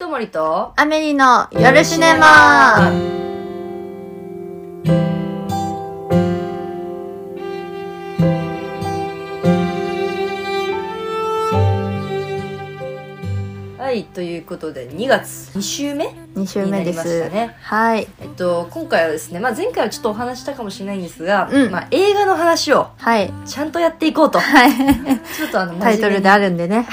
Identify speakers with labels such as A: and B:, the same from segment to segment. A: ともりと
B: アメリの夜シネマ
A: はいということで2月2週目
B: 2週目で、
A: になりますしたね
B: はい
A: えっと今回はですね、まあ、前回はちょっとお話ししたかもしれないんですが、
B: うん
A: まあ、映画の話を
B: はい
A: ちゃんとやっていこ うと
B: はい
A: ちょっとあの
B: タイトルであるんでね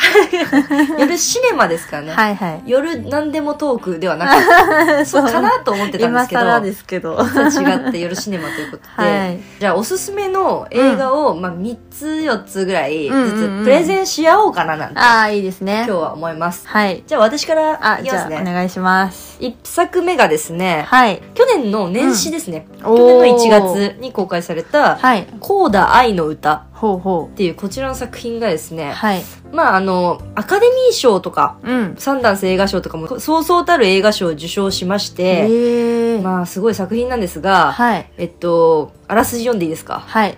A: 夜シネマですからね、
B: はいはい
A: 夜何でもトークではな くそうかなと思ってたんで
B: 今
A: すけど
B: 更ですけど は
A: 実は違って夜シネマということで、
B: い
A: じゃあおすすめの映画を、まあ、3つ4つぐらいず
B: うんうんう
A: つ
B: ん
A: プレゼンし合おうかな なんて
B: ああいいですね
A: 今日は思います
B: はい
A: じゃあ私から
B: あ
A: い
B: じ
A: きま
B: ゃ
A: す
B: あお
A: ね
B: 願いします
A: 1作目がですね
B: はい
A: 去年の年始ですね、
B: おー
A: 去年の1月に公開された
B: はい
A: 「コーダ愛の歌」
B: ほうほ
A: っていうこちらの作品がです
B: う
A: ね
B: はい
A: まああのアカデミー賞とか
B: うん
A: サンダンス映画賞とかもそうそうたる映画賞を受賞しまして、
B: ええ
A: まあすごい作品なんですが、
B: はい
A: えっと、あらすじ読んでいいですか
B: はい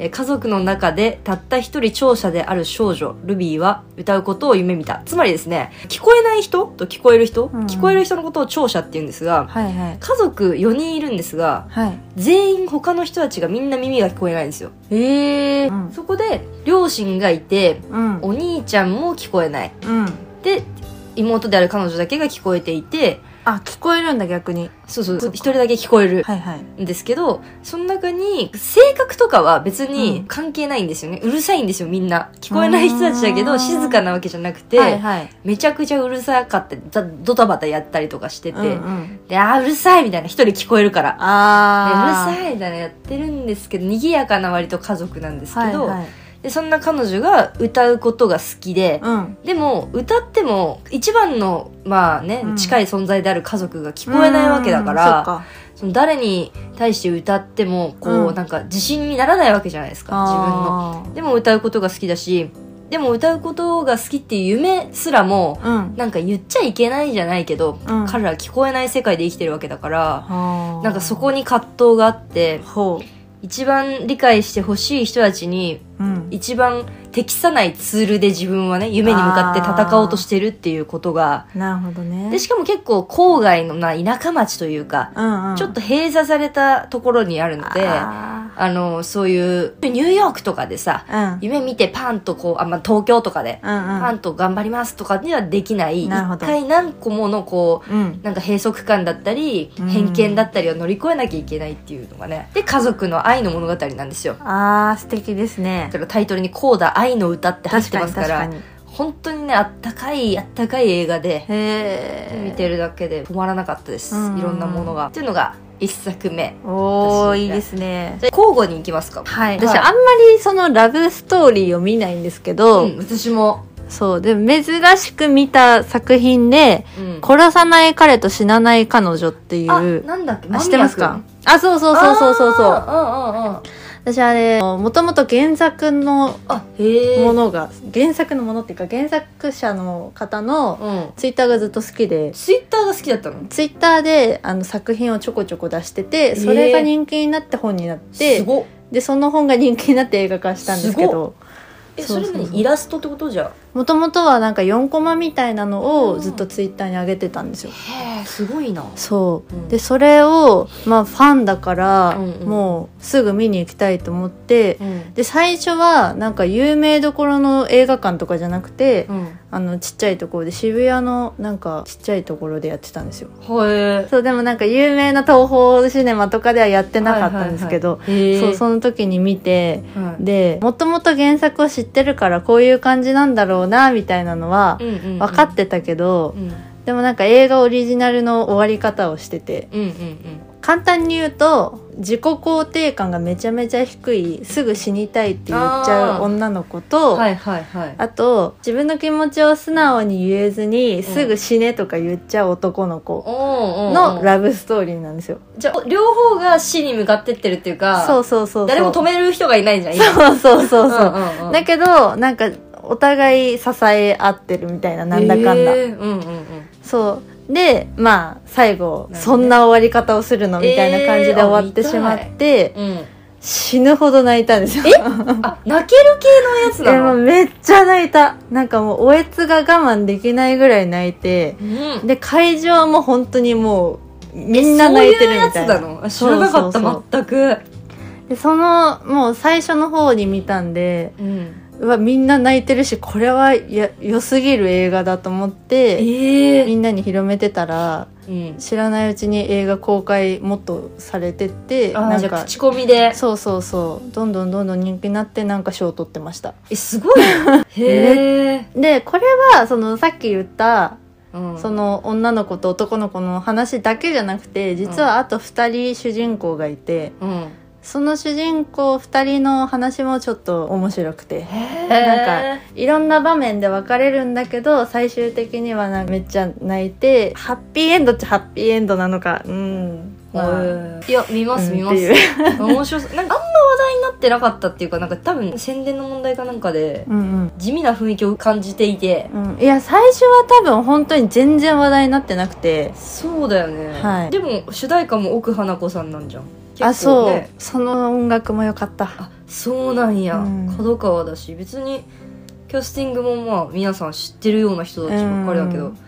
A: えー家族の中でたった一人聴者である少女ルビーは歌うことを夢見たつまりですね聞こえない人と聞こえる人、
B: うん
A: 聞こえる人のことを聴者って言うんですが
B: はいはい
A: 家族4人いるんですが
B: はい
A: 全員他の人たちがみんな耳が聞こえないんですよ
B: ええうん
A: そこで両親がいて
B: うん
A: お兄ちゃんも聞こえない
B: うん
A: で妹である彼女だけが聞こえていて
B: あ聞こえるんだ逆に
A: そうそう一人だけ聞こえる
B: はいはい
A: んですけどその中に性格とかは別に関係ないんですよね、うるさいんですよみんな聞こえない人たちだけ
B: うー
A: ど
B: ん
A: 静かなわけじゃなくて、
B: はいはい
A: めちゃくちゃうるさかったりだドタバタやったりとかしてて、
B: うんうん
A: であーうるさいみたいな一人聞こえるから、
B: ああ
A: でうるさいみたいなやってるんですけど賑やかな割と家族なんですけど、
B: はいはい
A: でそんな彼女が歌うことが好きで、
B: うん
A: でも歌っても一番のまあね、
B: うん
A: 近い存在である家族が聞こえないわけだか
B: うんそ
A: ら
B: っか
A: その誰に対して歌ってもこう、
B: うん
A: なんか自信にならないわけじゃないですか自分の
B: 自
A: でも歌うことが好きだしでも歌うことが好きっていう夢すらも
B: 分のうん
A: なんか言っちゃいけないじゃないけど、
B: うん
A: 彼らは聞こえない世界で生きてるわけだから
B: はあ
A: なんかそこに葛藤があって
B: ほ
A: 一番理解してほしい人たちに
B: う、うん、
A: 一番適さないツールで自分はね夢に向かって戦おうとしてるっていうことが
B: なるほどね
A: でしかも結構郊外のな田舎町というか
B: うんうん、
A: ちょっと閉鎖されたところにあるので、あ
B: あ
A: の、そういう、ニューヨークとかでさ、
B: ーうん
A: 夢見てパンとこう、あ、まあ、東京とかで、パンと頑張りますとかにはできない、
B: なるほ
A: 一
B: ど
A: 回何個ものこう、
B: うんうん
A: なんか閉塞感だったり、
B: うん
A: 偏見だったりを乗り越えなきゃいけないっていうのがね。で、家族の愛の物語なんですよ。
B: うんあー素敵ですね
A: だからタイトルにこうだ愛の歌って入っ
B: 確
A: て
B: か
A: ま
B: に
A: すか、
B: 確からに
A: 本当にね、あったかい、あったかい映画で、
B: へえ
A: 見てるだけで止まらなかったです。
B: うん
A: いろんなものが。っていうのが一作目。私
B: お
A: が
B: ーいいですね
A: じゃあ交互に行きますか。
B: はい
A: 私
B: 私
A: は
B: あんまりそのラブストーリーを見ないんですけど、
A: うん、私も、
B: そうでも珍しく見た作品で
A: うん
B: 「殺さない彼と死なない彼女」ってい
A: あ
B: う
A: なんだっけ
B: あ知ってますかあそうそうそうそうそうそう
A: あ
B: 私あれもともと原作の
A: ーうんうんうんあへえ
B: ものが、原作のものっていうか原作者の方の
A: うん
B: ツイッターがずっと好きで
A: ツイッターが好きだったの
B: ツイッターであの作品をちょこちょこ出しててそれが人気になって本になって、
A: すごっ
B: でその本が人気になって映画化したんですけど
A: え
B: そ
A: そうれ
B: そうそう
A: 何イラストってことじゃ
B: もともとはなんか4コマみたいなのをずっとツイッターに上げてたんですよ。
A: へえすごいな
B: そう、
A: うん
B: でそれを、まあ、ファンだから、
A: うんうん
B: もうすぐ見に行きたいと思って、
A: うん
B: で最初はなんか有名どころの映画館とかじゃなくて、
A: うん
B: あのちっちゃいところで渋谷のなんかちっちゃいところでやってたんですよ
A: へえ
B: そうでもなんか有名な東宝シネマとかではやってなかったんですけど、
A: へえ
B: そうその時に見て
A: はい
B: でもともと原作を知ってるからこういう感じなんだろうなみたいなのは
A: うんうんうん
B: 分かってたけど、
A: うん
B: でもなんか映画オリジナルの終わり方をしてて
A: うんうん
B: 簡単に言うと自己肯定感がめちゃめちゃ低いすぐ死にたいって言っちゃう女の子
A: う
B: と、
A: んはいはいはい
B: あと自分の気持ちを素直に言えずにすぐ死ねとか言っちゃう男の子
A: お
B: の
A: ラ
B: ラブストーリーなんですよ。
A: じゃあ両方が死に向かってってるっていうか
B: そううそうそうそう。
A: 誰も止める人がいないじゃん今
B: そうそうそうそう。
A: んうんうん
B: だけどなんかお互い支え合ってるみたいななんだかんだ、
A: へえうんうんうん
B: そうでまあ最後
A: なるほどね
B: そんな終わり方をするのみたいな感じで
A: えー
B: 終わってしまって、
A: うん
B: 死ぬほど泣いたんですよ
A: あ泣ける系のやつ
B: いやも
A: な
B: う
A: の
B: めっちゃ泣いたなんかもうおえつが我慢できないぐらい泣いて
A: うん
B: で会場も本当にもうみんな泣いてるみたいな
A: そううやつなの知らなかった
B: そうそう
A: 全く
B: でそのもう最初の方に見たんで
A: うん
B: うわみんな泣いてるしこれはや良すぎる映画だと思って
A: え
B: み
A: え
B: んなに広めてたら
A: うん
B: 知らないうちに映画公開もっとされてって
A: あ
B: な
A: ーじ
B: ん
A: ゃあ
B: か
A: 口コミで
B: そうそうそうどんどんどんどん人気になってなんか賞を取ってました
A: えすごいへえ
B: でこれはそのさっき言った
A: うん
B: その女の子と男の子の話だけじゃなくて実はあと2人主人公がいて
A: うん
B: その主人公2人の話もちょっと面白くてなん
A: か
B: いろんな場面で分かれるんだけど最終的にはなんかめっちゃ泣いてハッピーエンドっちゃハッピーエンドなのかうんまあ
A: いや見ます見ま
B: うんっ
A: す
B: ていう
A: 面白そうなんかあんま話題になってなかったっていうかなんか多分宣伝の問題かなんかで
B: うん
A: 地味な雰囲気を感じていて
B: うんうんいや最初は多分本当に全然話題になってなくて
A: そうだよね、
B: はい
A: でも主題歌も奥花子さんなんじゃん結構、ね、
B: あそうその音楽も良かった
A: あそうなんや、
B: うん
A: 角川だし別にキャスティングもまあ皆さん知ってるような人たちばっかりだけど、
B: うん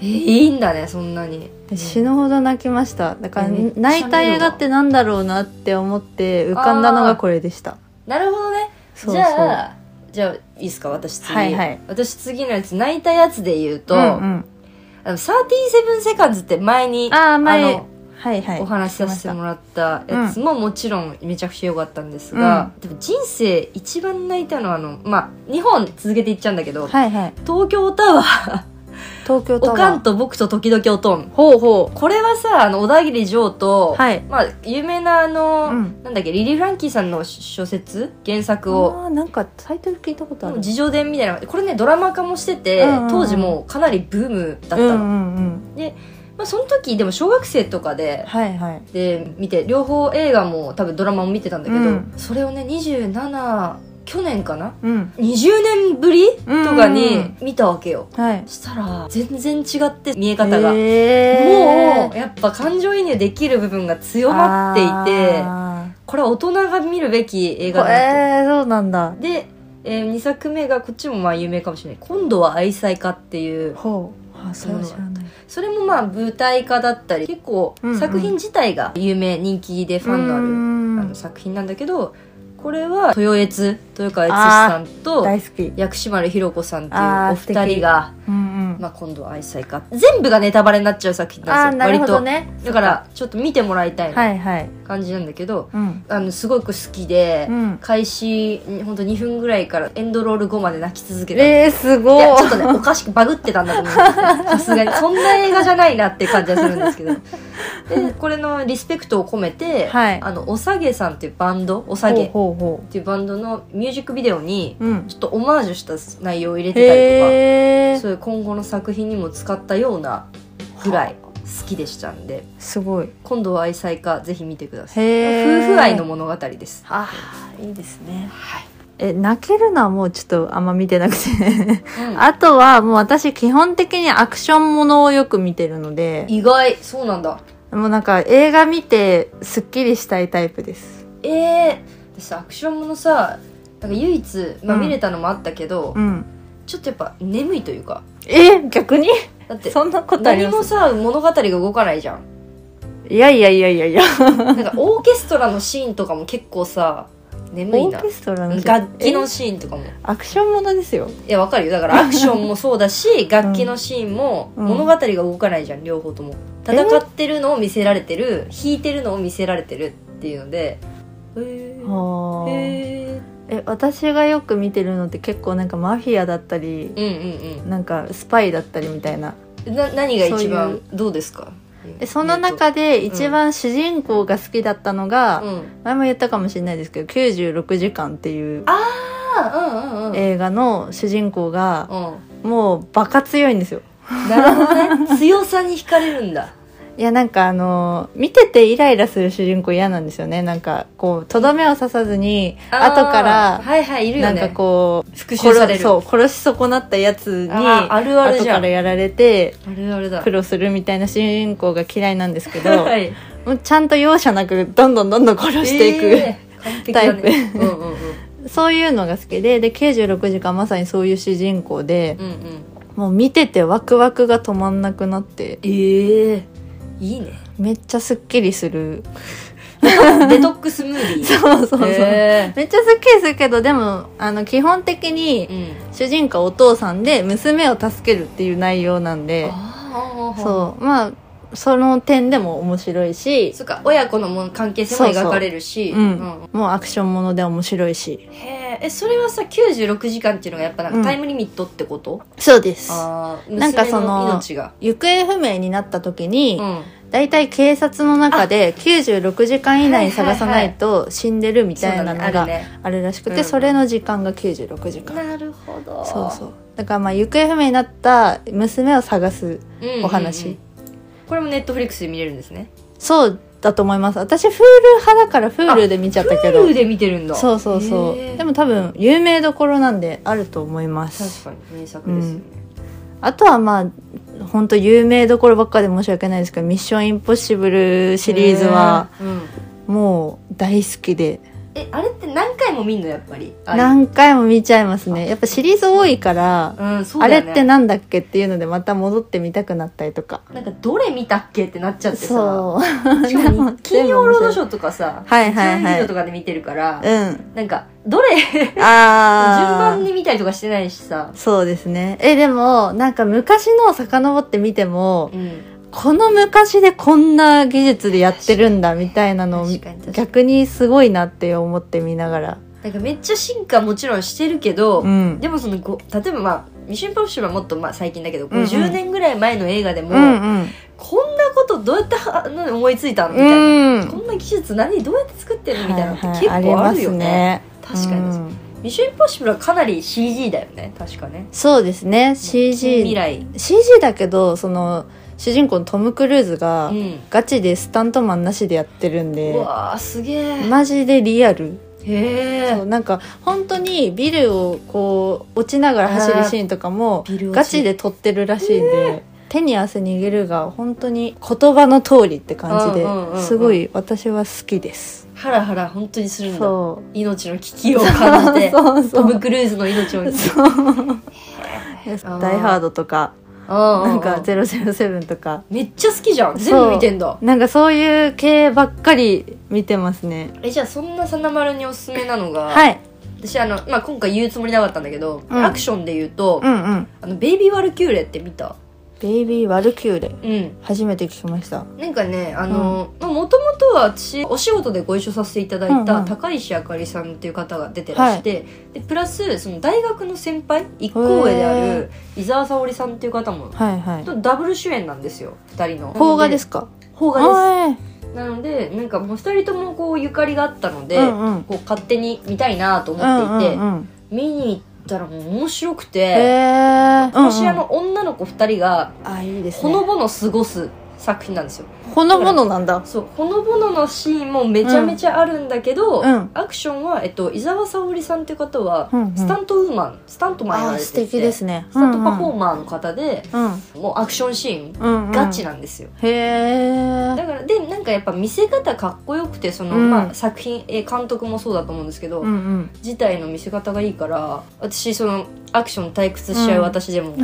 A: えいいんだねそんなに
B: で死ぬほど泣きましただから
A: え
B: 泣いた映画ってなんだろうなって思って浮かんだのがこれでした
A: なるほどね
B: そうそ
A: じ
B: う
A: ゃあじゃあいいですか私次、
B: はいはい
A: 私次のやつ泣いたやつで言うと、
B: うんうん
A: あの37セカンズって前に
B: ああ前
A: あの
B: はいはい
A: お話しさせてもらったやつももちろんめちゃくちゃ良かったんですが、でも人生一番泣いたのはあのまあ日本続けていっちゃうんだけど、
B: はいはい
A: 東京タワー
B: 東京タ
A: お
B: ワ
A: か
B: ー
A: んと僕と時々おとん
B: ほうほ
A: これはさあの小田切城と、
B: はい
A: まあ有名なあの、
B: うん
A: なんだっけリリー・フランキーさんの小説原
B: う
A: 作を
B: あーなんかタイトル聞いたことある
A: 自叙伝みたいなこれねドラマ化もしてて、
B: うんうんうん
A: 当時もうかなりブームだった
B: う
A: の、
B: んうんうん
A: まあ、その時でも小学生とかで
B: はいはい
A: で見て両方映画も多分ドラマも見てたんだけど、
B: うん
A: それをね27去年かな
B: うん
A: 20年ぶりとか
B: うんう
A: に
B: ん
A: 見たわけよ、
B: はい
A: したら全然違って見え方が、
B: え
A: もうやっぱ感情移入できる部分が強まっていてこれは大人が見るべき映
B: え
A: 画だな
B: ー、そうなんだ
A: とで、え2作目がこっちもまあ有名かもしれない「今度は愛妻家」っていう
B: ほうあそれは知らない
A: それもまあ舞台化だったり結構
B: うんうん
A: 作品自体が有名人気でファンのある、あ
B: の
A: の作品なんだけどこれは豊悦豊川悦司さんと
B: 大好き
A: 薬師丸ひろ子さんっていう
B: あー
A: お二人が、
B: うんうん
A: まあ、今度は愛妻家全部がネタバレになっちゃう作品な
B: あー
A: んですよ
B: なるほど
A: 割
B: ね
A: とだからちょっと見てもらいたいな
B: はいはい
A: 感じなんだけど、
B: うん
A: あのすごく好きで、
B: うん
A: 開始ほんと2分ぐらいからエンドロール後まで泣き続けて
B: えー、すご
A: い
B: い
A: や、ちょっとね、おかしくバグってたんだと思うんですよさすがに。そんな映画じゃないなって感じはするんですけど。で、これのリスペクトを込めて、
B: はい
A: あの、おさげさんっていうバンド、おさげっ
B: ほうほ
A: ていうバンドのミュージックビデオに
B: う、ほううん
A: ちょっとオマージュした内容を入れてたり
B: へ
A: とか、そ
B: ー
A: ういう今後の作品にも使ったようなぐらい好きでしたんで、
B: すごい
A: 今度は愛妻家、ぜひ見てください。
B: へー
A: 夫婦愛の物語です。
B: あいいですね
A: はい。
B: え泣けるのはもうちょっとあんま見てなくて
A: うん
B: あとはもう私基本的にアクションものをよく見てるので
A: 意外、そうなんだ。
B: もうなんか映画見てすっきりしたいタイプです
A: ええ私さアクションものさなんか唯一、まあ、
B: うん
A: 見れたのもあったけど、
B: うん
A: ちょっとやっぱ眠いというか
B: え逆に
A: だって
B: そんなことあり
A: 何
B: ま
A: も
B: す
A: さ物語が動かないじゃん
B: いやいやいやいやいや
A: なんかオーケストラのシーンとかも結構さ眠い
B: オ
A: な
B: ーケストラの
A: 楽器の
B: え
A: シーンとかも
B: アクションものですよ
A: いやわかるよだからアクションもそうだし楽器のシーンも
B: うん
A: 物語が動かないじゃん両方とも戦ってるのを見せられてる弾いてるのを見せられてるっていうのでへー
B: はあ
A: へ
B: え私がよく見てるのって結構なんかマフィアだったり
A: ーうんうんうん
B: なんかスパイだったりみたいな
A: な何が一
B: そうい
A: 番どうですか
B: でその中で一番主人公が好きだったのが、
A: うん
B: 前も言ったかもしれないですけど「96時間」っていう
A: あうんうんうん
B: 映画の主人公が
A: う
B: もうバカ強いんですよ
A: んなるほどね 強さに惹かれるんだ
B: いやなんかあの見ててイライラする主人公嫌なんですよねなんかこうとどめを刺さずに
A: あー
B: 後から
A: はいはいいるよ
B: なん
A: ね
B: かこう
A: 復讐される
B: 殺そう殺し損なったやつに
A: あーあるある
B: 後
A: じゃ
B: か
A: ん
B: ら
A: あ
B: やられて
A: るあるだ
B: 苦労するみたいな主人公が嫌いなんですけど、
A: はい
B: もうちゃんと容赦なくどんどんどんどん殺していく、
A: え完璧だ
B: タ
A: ねうんうんうん
B: そういうのが好きでで96時間まさにそういう主人公で
A: うんうん
B: もう見ててワクワクが止まんなくなって
A: ええいいね
B: めっちゃすっきりする
A: デトックスム ービー
B: そうそうそう、
A: へ
B: めっちゃすっきりするけどでもあの基本的に
A: えうん
B: 主人公お父さんで娘を助けるっていう内容なんで
A: ああう
B: そうまあその点でも面白いし
A: そっか親子のも関係性も
B: そうそう
A: 描かれるし
B: うんもうアクションもので面白いし
A: へーえそれはさ96時間っていうのがやっぱなん
B: う
A: か
B: ん
A: タイムリミットってこと、
B: そうです
A: ああ
B: なんかその
A: 命が
B: 行方不明になった時
A: う
B: に、
A: ん
B: だいたい警察の中で96時間以内に探さないと死んでるみたいなの
A: そうだ
B: が
A: ね
B: あるらしく
A: うん
B: てそれの時間が96時
A: あるね
B: 間
A: なるほど
B: そうそうだからまあ行方不明になった娘を探す
A: うんうんうん
B: お話
A: これもネットフリックスで見れるんですね
B: そうだと思います私 Hulu 派だから Hulu で見ちゃったけど
A: Hulu で見てるんだ
B: そうそうそ
A: へ
B: う
A: ー
B: でも多分有名どころなんであると思います
A: 確かに名作ですよね、
B: あとはまあ本当有名どころばっかで申し訳ないですけど「ミッションインポッシブル」シリーズは
A: へー、うん
B: もう大好きで
A: えあれって何回も見んのやっぱりああいう
B: 何回も見ちゃいますねやっぱシリーズ多いから、
A: うんそう
B: あ
A: だ
B: れ
A: よね
B: ってなんだっけっていうのでまた戻ってみたくなったりとか
A: なんかどれ見たっけってなっちゃってさ
B: そう
A: しかも金曜ロードショーとかさ
B: はいはいはい
A: 金曜劇場とかで見てるから、
B: うん
A: なんかどれ順
B: ああ
A: 番に見たりとかしてないしさ
B: そうですねえでもなんか昔のを遡ってみても
A: うん
B: この昔でこんな技術でやってるんだみたいなのを
A: 確かに確かに
B: 逆にすごいなって思って見ながら
A: なんかめっちゃ進化もちろんしてるけど、
B: うん
A: でもそのご例えばまあ「ミッションインポッシブル」はもっとまあ最近だけど、
B: うんうん
A: 50年ぐらい前の映画でも、
B: うんうん
A: こんなことどうやってはあの思いついたのみたいな、
B: うん
A: こんな技術何どうやって作ってるみたいなのって結
B: はい
A: 構あるよね,、
B: ります
A: 確かに、
B: うん
A: ミッションインポッシブルはかなり CG だよね確かね
B: そうですね
A: 近未
B: CG
A: 来
B: CG だけどその主人公のトム・クルーズが
A: うん
B: ガチでスタントマンなしでやってるんで
A: うわーすげえ、
B: マジでリアル
A: へ
B: そう
A: え
B: なんか本当にビルをこう落ちながら走るシーンとかも
A: あービル落ち
B: ガチで撮ってるらしいんで、手に汗握るが本当に言葉の通りって感じで、
A: うんうんうんうん
B: すごい私は好きです。
A: ハラハラ本当にするんだ
B: そ
A: 命の危機を
B: う
A: 感じて
B: そうそ
A: トム・
B: う
A: クルーズの命を
B: そう「ダイ・ハード」とか「
A: な
B: なんか007」とか
A: めっちゃ好きじゃん全部見てんだ
B: なんかそういう系ばっかり見てますね。
A: えじゃあそんなさなまるにおすすめなのが、
B: はい、
A: 私あの、まあ、今回言うつもりなかったんだけど、
B: うん
A: アクションで言うと、
B: うんうん
A: あのベイビー・ワルキューレって見た
B: 「ベイビー・ワルキューレ
A: うん」
B: 初めて聞きました。
A: なんかねあの、まあ、もともとは私お仕事でご一緒させていただい
B: うん
A: た
B: うん
A: 高石あかりさんっていう方が出てらして、でプラスその大学の先輩一校上である伊沢沙織さんっていう方も
B: はいはい。
A: とダブル主演なんですよ2人の
B: 邦画ですすか
A: 邦画です
B: はい
A: なのでなんかもう2人ともこうゆかりがあったので、
B: うんうん
A: こう勝手に見たいなと思っていて、
B: うんうんうん
A: 見に行ったらもう面白く
B: へ
A: て、
B: え
A: こちらの女の子2人が
B: あいいです
A: ほ
B: ね
A: のぼの過ごす作品なんですよ
B: ほのぼのなんだ
A: そうほのぼののシーンもめちゃめちゃあるんだけど、
B: うん
A: アクションは、えっと、伊沢沙織さんっていう方は、
B: うんうん
A: スタントウーマンスタントマンやら
B: あ
A: れて
B: 素
A: て
B: 敵ですね
A: スタントパフォ
B: ー
A: ーマーの方で、
B: マ
A: もうアクションシーン
B: うん
A: ガチ
B: な
A: なんですよ、
B: へえ
A: だからでなんかやっぱ見せ方かっこよくてその、
B: うん
A: まあ、作品えー監督もそうだと思うんですけど、
B: うんうん
A: 自体の見せ方がいいから私そのアクション退屈しちゃう
B: うん
A: 私 でも、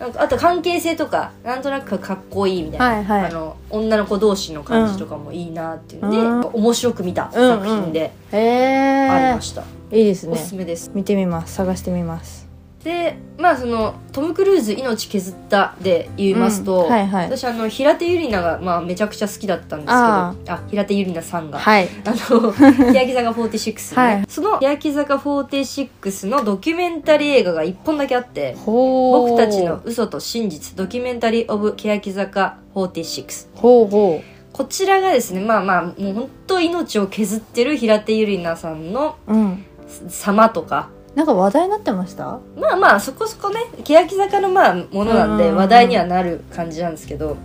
A: なんかあと関係性とかなんとなくかっこいいみたいな、
B: はいは
A: あ
B: い
A: の女の子同士の感じとかもいいなっていうので、
B: うん
A: 面白く見た作品で
B: へ
A: あり
B: え
A: ました、
B: いいです
A: お
B: ね
A: すすめです、
B: 見てみます探してみます
A: でまあそのトム・クルーズ「命削った」で言いますと、
B: うんはいはい
A: 私あの平手友梨奈が、まあ、めちゃくちゃ好きだったんですけどあ
B: あ
A: 平手友梨奈さんが、
B: はい
A: あの 欅坂46のね、
B: はい
A: その欅坂46のドキュメンタリー映画が1本だけあって
B: ほう
A: 僕たちの嘘と真実ドキュメンタリー・オブ欅坂46
B: ほうほ
A: こちらがですねまあまあもう本当命を削ってる平手友梨奈さんの
B: ううん
A: 様とか
B: なんか話題になってました
A: まあまあそこそこね欅坂のまあものなん
B: うんうん
A: で
B: うん
A: 話題にはなる感じなんですけど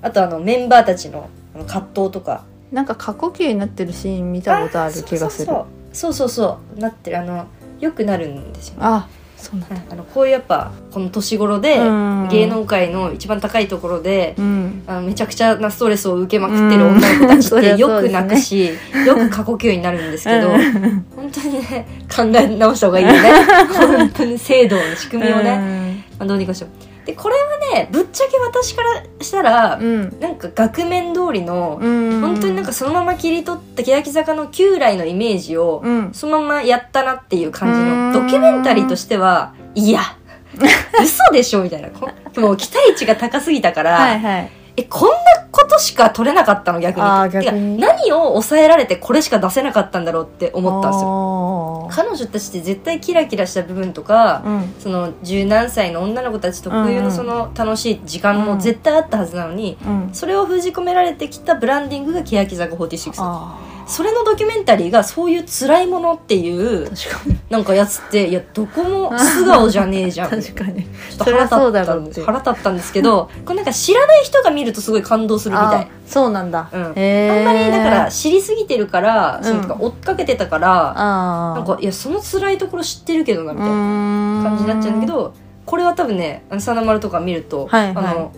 A: あとあのメンバーたちのあの葛藤とか
B: なんか過呼吸になってるシーン見たことある気がす
A: そうそ
B: る
A: うそうそうそうそうなってるあのよくなるんですよね
B: あそうなんだ
A: あのこういうやっぱこの年頃で
B: うん
A: 芸能界の一番高いところで
B: うん
A: あのめちゃくちゃなストレスを受けまくってる女の子たちっ
B: うん そり
A: て
B: ゃ
A: よ
B: そう
A: く
B: ですね
A: 泣く し、よく過呼吸になるんですけど、
B: うん
A: 本当にね考え直した方がいいよ ね本当に制度の仕組みをね、まあ、どうにかしようでこれはねぶっちゃけ私からしたら、
B: うん
A: なんか額面通りの、
B: うん
A: 本当になんかそのまま切り取った欅坂の旧来のイメージを、
B: うん
A: そのままやったなっていう感じ
B: うん
A: のドキュメンタリーとしてはい や嘘でしょみたいなこもう期待値が高すぎたから、
B: はいはい
A: えこんなことしか取れなかったの逆に
B: あー逆に
A: てか何を抑えられてこれしか出せなかったんだろうって思ったんですよ
B: よ
A: 彼女たちって絶対キラキラした部分とか、
B: うん
A: その十何歳の女の子たち特有
B: うんう
A: の
B: ん
A: その楽しい時間も絶対あったはずなのに、
B: うん
A: それを封じ込められてきたブランディングが欅坂46
B: あ
A: それのドキュメンタリーがそういう辛いものっていう
B: ー確かに
A: なんかやつっていやどこも素顔じゃねえじゃんちょ
B: 確かに
A: っと腹立
B: そりゃそうだ
A: った
B: ろ
A: ん
B: うっ
A: で
B: て
A: す腹立ったんですけどこれなんか知らない人が見るとすごい感動するみたい
B: あーそうなんだ
A: うん
B: へー
A: あんまりだから知りすぎてるから、そのとか追っかけてたから、
B: あー
A: なんかいやその辛いところ知ってるけどなみたいな感
B: 感
A: じになっちゃうんだけど、これは多分ねあのサナマルとか見ると、
B: はいはい
A: あの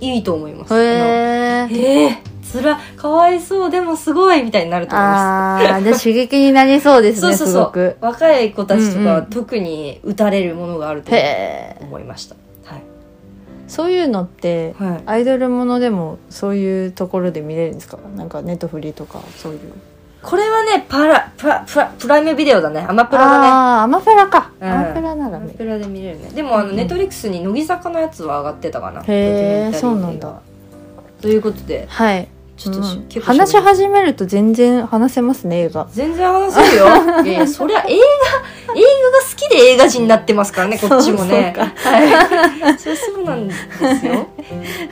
A: いいと思います。あの
B: へえ
A: ええつらかわいそうでもすごいみたいになると思います。
B: あーで刺激になりそうです
A: そう
B: ね
A: そう
B: す
A: そ
B: ご
A: う
B: く
A: 若い子たちとか
B: うん
A: は
B: うん
A: 特に打たれるものがあると
B: へえ
A: 思いました。はい
B: そういうのって
A: はい
B: アイドルものでもそういうところで見れるんですかなんかネットフリとかそういう
A: これはねパラプラプラプライムビデオだねアマプラだね。
B: あーアマプラか、
A: うん
B: アマプラなら
A: アマ
B: 見る
A: プラで見れるねでもあの
B: うん
A: ネットリックスに乃木坂のやつは上がってたかな
B: へ
A: ド
B: え
A: キュメンタリーってい
B: そうなんだ
A: ということで
B: はい
A: ちょっとし、
B: うん
A: 結構
B: 話し
A: は
B: 始めると全然話せますね映画
A: 全然話せる よいやいやそりゃ映画映画が好きで映画人になってますからねこっちもね
B: そう
A: はいそりゃそうなんですよ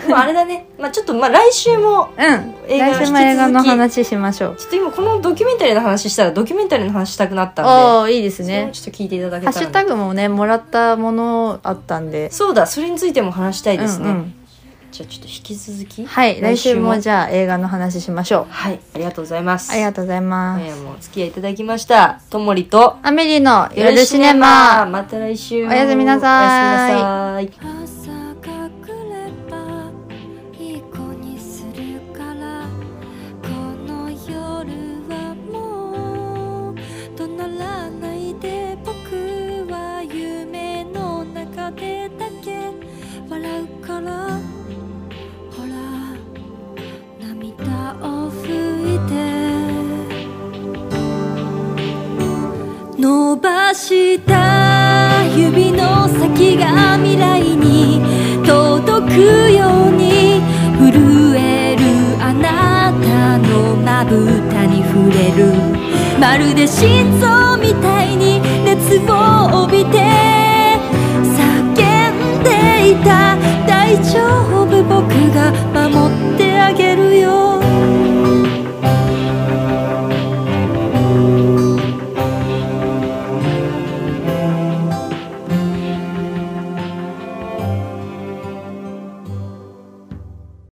A: でもあれだね、まあ、ちょっとまあ来週も
B: うん
A: 映画
B: 来週も映画
A: 引き続
B: の
A: き
B: 話しましょう
A: ちょっと今このドキュメンタリーの話したらドキュメンタリーの話したくなったんで
B: おーいいです
A: それ
B: ね
A: もちょっと聞いていただけ
B: ハ
A: た
B: ッ
A: ら
B: シュタグもねもらったものあったんで
A: そうだそれについても話したいですね、
B: うんうん
A: じゃあちょっと引き続き
B: はい来週も
A: 来
B: じゃあ映画の話しましょ
A: はいありがとうございます
B: うありがとうございま
A: 今
B: す
A: 夜もお付き合いいただきましたともりと
B: アメリの夜シネマ
A: また来週
B: おやすみなさ
A: お
B: い
A: やすみなさい
C: 朝が来ればいい子にするからこの夜はもう怒鳴らないで僕は夢の中でだけ笑うからほら涙を拭いて伸ばした指の先が未来に届くように震えるあなたのまぶたに触れるまるで心臓